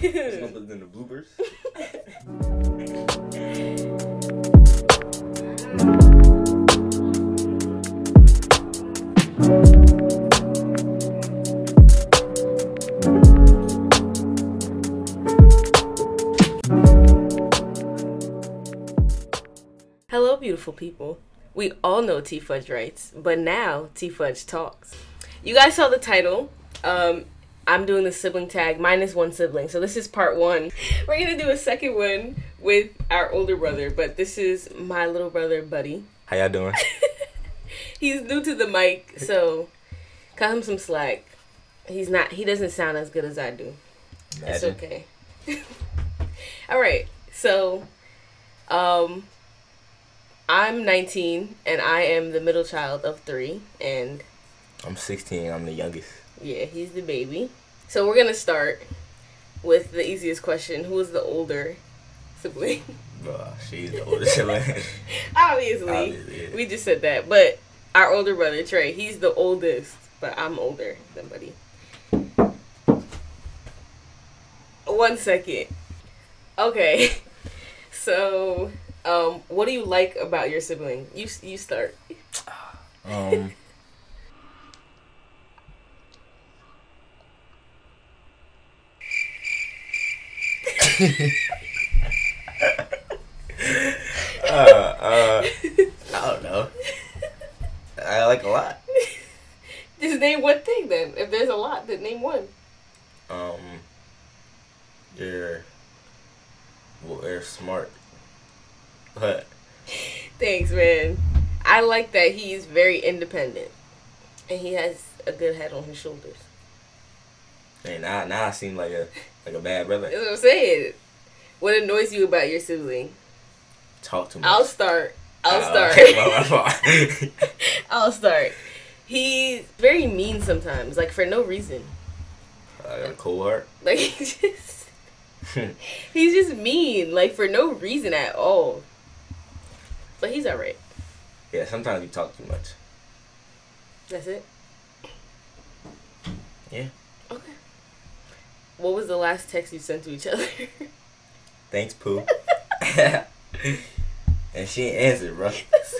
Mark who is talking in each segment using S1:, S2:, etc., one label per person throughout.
S1: other than the bloopers.
S2: Hello, beautiful people. We all know T Fudge writes, but now T Fudge talks. You guys saw the title. Um, I'm doing the sibling tag minus one sibling, so this is part one. We're gonna do a second one with our older brother, but this is my little brother, Buddy.
S1: How y'all doing?
S2: He's new to the mic, so cut him some slack. He's not. He doesn't sound as good as I do. It's
S1: Imagine.
S2: okay. All right. So, um, I'm 19 and I am the middle child of three, and
S1: I'm 16. I'm the youngest.
S2: yeah, he's the baby. So we're gonna start with the easiest question: Who is the older sibling?
S1: Bruh, she's the oldest sibling.
S2: Obviously,
S1: Obviously, yeah.
S2: we just said that. But our older brother Trey, he's the oldest, but I'm older than Buddy. One second. Okay, so um, what do you like about your sibling? You you start.
S1: Um, uh, uh, I don't know. I like a lot.
S2: Just name one thing then. If there's a lot, then name one.
S1: Um, you're, well, you're smart, but
S2: Thanks, man. I like that he's very independent, and he has a good head on his shoulders.
S1: man, now now I seem like a like a bad brother.
S2: That's what I'm saying. What annoys you about your sibling?
S1: Talk too much.
S2: I'll start. I'll
S1: Uh, my
S2: start.
S1: fault, my fault.
S2: I'll start. He's very mean sometimes, like for no reason.
S1: I got Uh, a cold heart.
S2: Like he's just he's just mean, like for no reason at all. But he's alright.
S1: yeah, sometimes you talk too much.
S2: That's it.
S1: Yeah.
S2: Okay. What was the last text you sent to each other?
S1: Thanks, Pooh. and she ain't answered, bro.
S2: that's,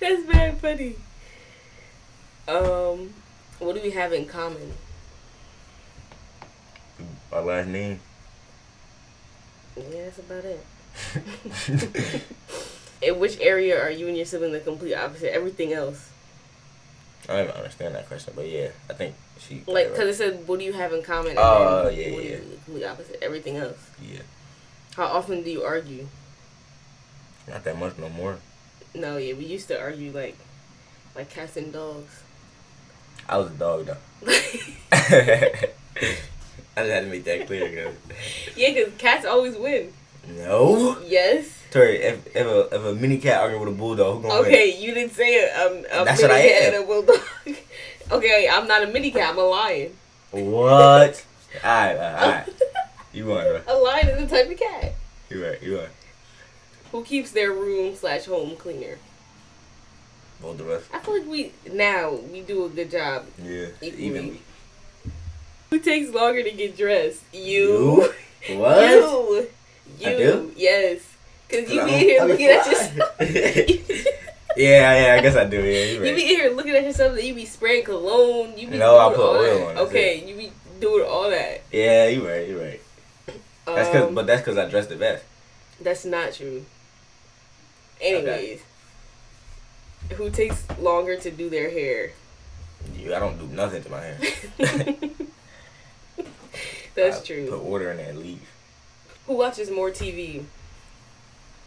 S2: that's bad funny. Um, what do we have in common?
S1: My last name.
S2: Yeah, that's about it. In which area are you and your sibling the complete opposite? Everything else.
S1: I don't even understand that question, but yeah, I think she.
S2: Like, because it said, what do you have in common? And
S1: Oh,
S2: then
S1: yeah,
S2: what
S1: yeah.
S2: do you- the complete opposite. Everything else.
S1: yeah,
S2: How often do you argue?
S1: not that much no more.
S2: No, yeah, we used to argue like, like cats and dogs.
S1: I was a dog though.
S2: yeah,
S1: I just had to make that clear. 'cause-
S2: because cats always win.
S1: No,
S2: Yes.
S1: Tori. If if a if a mini cat arguing with a bulldog, who gonna
S2: Okay, you didn't say it. Um, a
S1: That's
S2: mini
S1: what I
S2: cat
S1: am.
S2: and a bulldog. okay, I'm not a mini cat. I'm a lion.
S1: win? What? All right, all right. All right. You won, bro.
S2: a lion is a type of cat
S1: You right. You right.
S2: who keeps their room slash home cleaner.
S1: Both of us.
S2: I feel like we now we do a good job.
S1: Yeah.
S2: Equally.
S1: Evenly.
S2: Who takes longer to get dressed? You.
S1: You? What?
S2: You. You.
S1: I do?
S2: Yes. Cause you
S1: I
S2: be
S1: don't-
S2: in here
S1: I be
S2: looking at
S1: fly.
S2: yourself.
S1: Yeah, yeah, I guess I do. Yeah, you
S2: You
S1: right.
S2: be in here looking at yourself. That you be spraying cologne. You be
S1: No, I
S2: doing
S1: put
S2: all
S1: oil
S2: that.
S1: on, that's
S2: Okay, you be doing all that.
S1: yeah, you right. You right.
S2: Um,
S1: That's cause, but that's cause I dress the best.
S2: that's not true.
S1: Okay.
S2: Anyways, who takes longer to do their hair?
S1: You, I don't do nothing to my hair.
S2: that's
S1: I Put
S2: true.
S1: order in it and leave.
S2: Who watches more TV?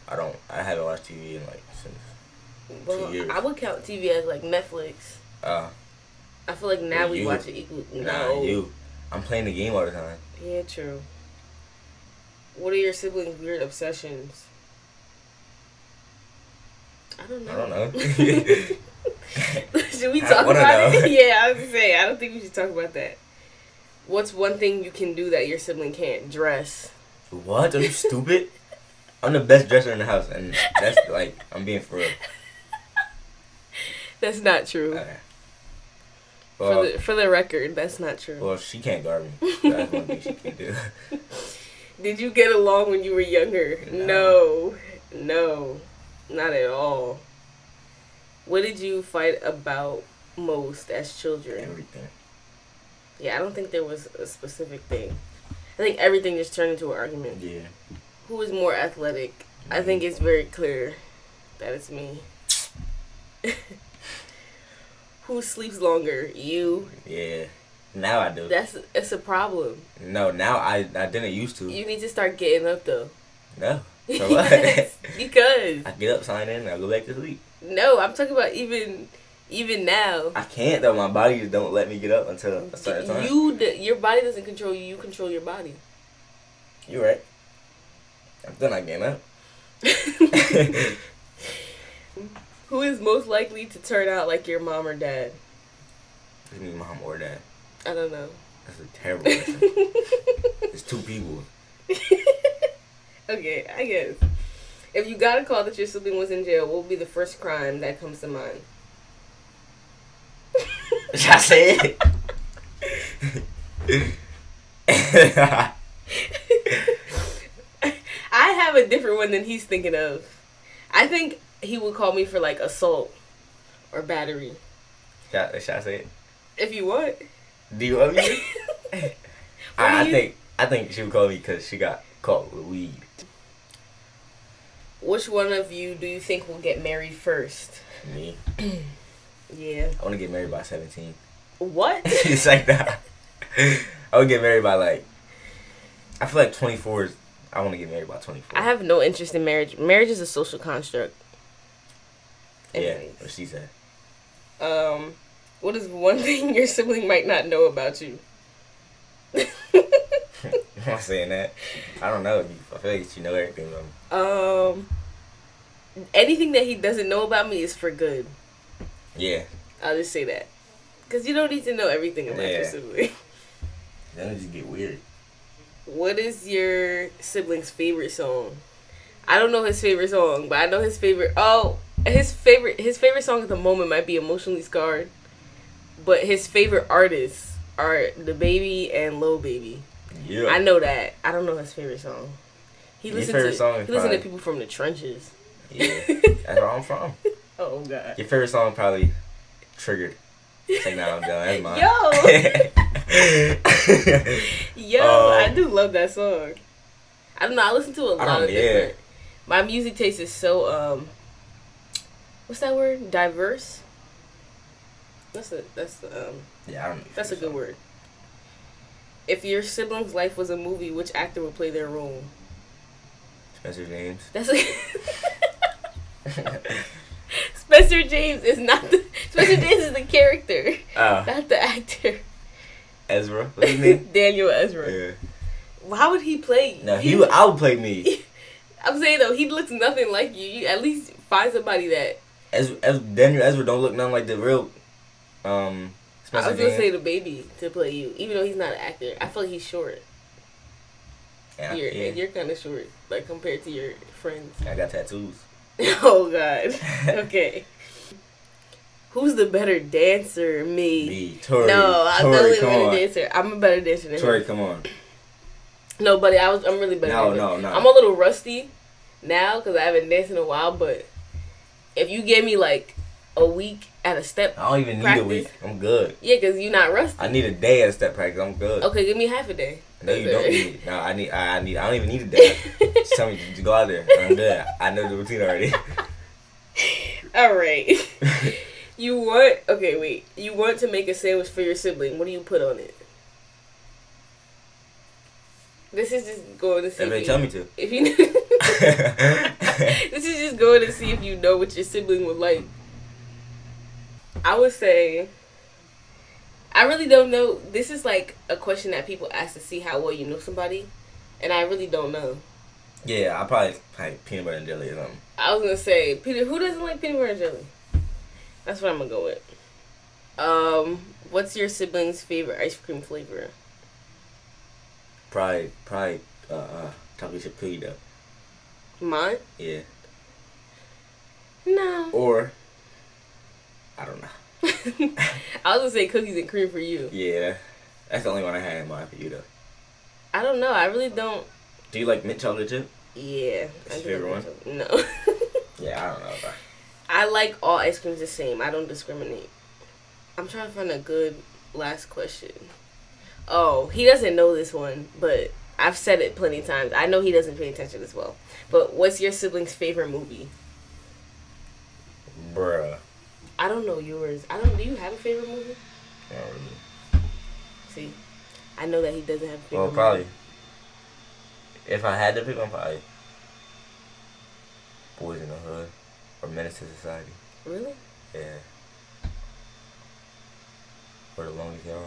S1: I don't. I haven't watched TV in like since.
S2: Well,
S1: years.
S2: I would count TV as like Netflix.
S1: Uh,
S2: I feel like now we
S1: You.
S2: watch it equal.
S1: nah,
S2: No.
S1: you. I'm playing the game all the time.
S2: Yeah, true. What are your siblings' weird obsessions? I don't know.
S1: I don't know.
S2: should we
S1: I
S2: talk
S1: wanna
S2: about
S1: know.
S2: it? Yeah, I was gonna say I don't think we should talk about that. What's one thing you can do that your sibling can't? Dress.
S1: what? Are you stupid? I'm the best dresser in the house, and that's like I'm being for real.
S2: That's not true.
S1: Okay.
S2: for
S1: Well,
S2: the for the record, that's not true.
S1: well, she can't guard me. That's one thing she can do.
S2: Did you get along when you were younger? No.
S1: No.
S2: No. Not at all. What did you fight about most as children?
S1: Everything.
S2: Yeah, I don't think there was a specific thing. I think everything just turned into an argument.
S1: Yeah.
S2: Who is more athletic? I think it's very clear that it's me. Who sleeps longer? You.
S1: Yeah. Now I do.
S2: That's it's a problem.
S1: no, now I I didn't used to.
S2: You need to start getting up though.
S1: no. For what?
S2: Yes, because
S1: I get up, sign in, and I go back to sleep.
S2: no, I'm talking about even even now.
S1: I can't though. My body just don't let me get up until a certain time. You,
S2: You d- your body doesn't control you. You control your body.
S1: you right? I'm still not getting up.
S2: Who is most likely to turn out like your mom or dad?
S1: It's me, mom or dad.
S2: I don't know.
S1: That's a terrible question. it's two people.
S2: okay, I guess. If you got a call that your sibling was in jail, what would be the first crime that comes to mind?
S1: Should I say it?
S2: I have a different one than he's thinking of. I think he would call me for like assault or battery.
S1: should, I, should I say it?
S2: If you want.
S1: Do you love me?
S2: do
S1: I, I
S2: you-
S1: think I think she would call me because she got caught with weed.
S2: Which one of you do you think will get married first?
S1: Me,
S2: Yeah.
S1: I want to get married by seventeen.
S2: What?
S1: it's like that. I would get married by like. I feel like twenty four is. I want to get married by twenty four.
S2: I have no interest in marriage. Marriage is a social construct.
S1: Yeah,
S2: Anyways.
S1: what she said.
S2: Um, what is one thing your sibling might not know about you?
S1: I'm not saying that. I don't know. I feel like you know everything about me.
S2: um, anything that he doesn't know about me is for good.
S1: Yeah.
S2: I'll just say that. Because you don't need to know everything about your
S1: Yeah.
S2: sibling.
S1: Then it just get weird.
S2: What is your sibling's favorite song? I don't know his favorite song, but I know his favorite. Oh, his favorite his favorite song at the moment might be "Emotionally Scarred," but his favorite artists are the Baby and Lil Baby.
S1: Yeah.
S2: I know that. I don't know his favorite song. He
S1: Your
S2: listened
S1: favorite
S2: to
S1: song
S2: he
S1: is
S2: listened to
S1: probably-
S2: people from the trenches.
S1: Yeah. That's where I'm from.
S2: Oh God.
S1: Your favorite song probably triggered. Like, nah, I'm done. That's mine.
S2: Yo,
S1: Um,
S2: I do love that song. I don't know. I listen to a
S1: I
S2: lot
S1: don't-
S2: of
S1: yeah.
S2: different. My music taste is so um. What's that word? Diverse. That's a that's the, um
S1: yeah, I don't know.
S2: that's a good word. If your sibling's life was a movie, which actor would play their role?
S1: Spencer James.
S2: That's a Spencer James is not the Spencer James is the character,
S1: uh,
S2: not the actor.
S1: Ezra. What's his name?
S2: Daniel Ezra.
S1: yeah.
S2: How would he play?
S1: No, he.
S2: you?
S1: would- I would play me.
S2: I'm saying though, he looks nothing like you. You at least find somebody that
S1: Ezra, Ezra, Daniel Ezra don't look nothing like the real. Um.
S2: I
S1: Spencer
S2: was gonna
S1: James.
S2: say the baby to play you, even though he's not an actor. I feel like he's short.
S1: yeah,
S2: you're,
S1: yeah.
S2: you're kind of short, like compared to your friends.
S1: I got tattoos.
S2: oh God. Okay. Who's the better dancer? Me.
S1: Me, Tori.
S2: no, I'm
S1: Tori,
S2: definitely
S1: come
S2: a
S1: on.
S2: better dancer. I'm a better dancer than
S1: Tori,
S2: him.
S1: come on.
S2: No, buddy, I was. I'm really better.
S1: No,
S2: than him.
S1: no, no.
S2: I'm a little rusty now because I haven't danced in a while. But if you gave me like a week at a step,
S1: I don't even need
S2: Practice.
S1: a week. I'm good.
S2: yeah, because you're not rusty.
S1: I need a day at step practice. I'm good.
S2: Okay, give me half a day.
S1: No, you don't need it. No, I need. I I need. I don't even need a day. Just tell me to go out there. I'm good. I know the routine already.
S2: All right. You want okay? Wait. You want to make a sandwich for your sibling? What do you put on it? This is just going to see.
S1: If
S2: If
S1: they
S2: you,
S1: tell me to.
S2: If you. this is just going to see if you know what your sibling would like. I would say. I really don't know. This is like a question that people ask to see how well you know somebody, and I really don't know.
S1: yeah, I probably like peanut butter and jelly or something.
S2: I was gonna say Peter. Who doesn't like peanut butter and jelly? That's what I'm gonna go with. Um, what's your sibling's favorite ice cream flavor?
S1: Probably, probably uh, uh chocolate chip cookie dough.
S2: Mine?
S1: Yeah,
S2: No.
S1: or I don't know.
S2: I was gonna say cookies and cream for you.
S1: Yeah, that's the only one I had in mind for you though.
S2: I don't know. I really don't.
S1: Do you like mint chocolate chip?
S2: Yeah.
S1: That's
S2: I
S1: your favorite
S2: think I like chocolate. No.
S1: Yeah, I don't know. Bro.
S2: I like all ice creams the same. I don't discriminate. I'm trying to find a good last question. Oh, he doesn't know this one, but I've said it plenty of times. I know he doesn't pay attention as well. But what's your sibling's favorite movie?
S1: Bruh.
S2: I don't know yours. I don't. Do you have a favorite movie?
S1: I don't really.
S2: See, I know that he doesn't have. A favorite
S1: Well,
S2: movie.
S1: probably. If I had to pick one, probably Boys in the Hood or Menace to Society.
S2: Really?
S1: Yeah. Or The Longest Yard.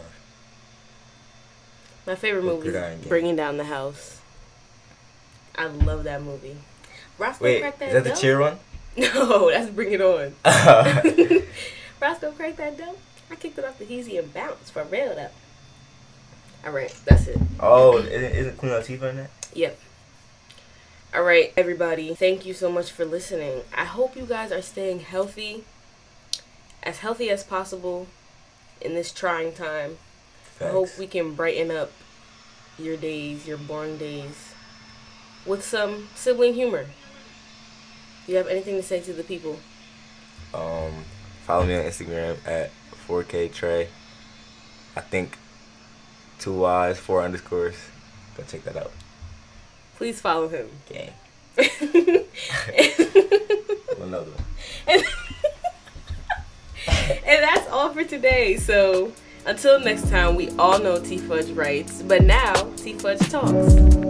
S2: My favorite
S1: Look
S2: movie
S1: good eye and
S2: is
S1: game.
S2: Bringing Down the House. I love that movie. Roscoe
S1: Wait,
S2: cracked that
S1: is that the
S2: dope.
S1: cheer one?
S2: No, that's Bring It On.
S1: I
S2: Roscoe cracked that dope. I kicked it off the easy and bounced for real though. All right, that's it.
S1: oh, isn't, isn't Queen Latifah in that?
S2: Yep. All right, everybody. Thank you so much for listening. I hope you guys are staying healthy, as healthy as possible, in this trying time. I hope
S1: Facts.
S2: we can brighten up your days, your boring days, with some sibling humor. You have anything to say to the people?
S1: Um, follow me on Instagram at 4K Trey. I think two Y's, four underscores. Go check that out.
S2: Please follow him.
S1: Gang.
S2: and
S1: Another one.
S2: that's all for today. So until next time, we all know T Fudge writes, but now T Fudge talks.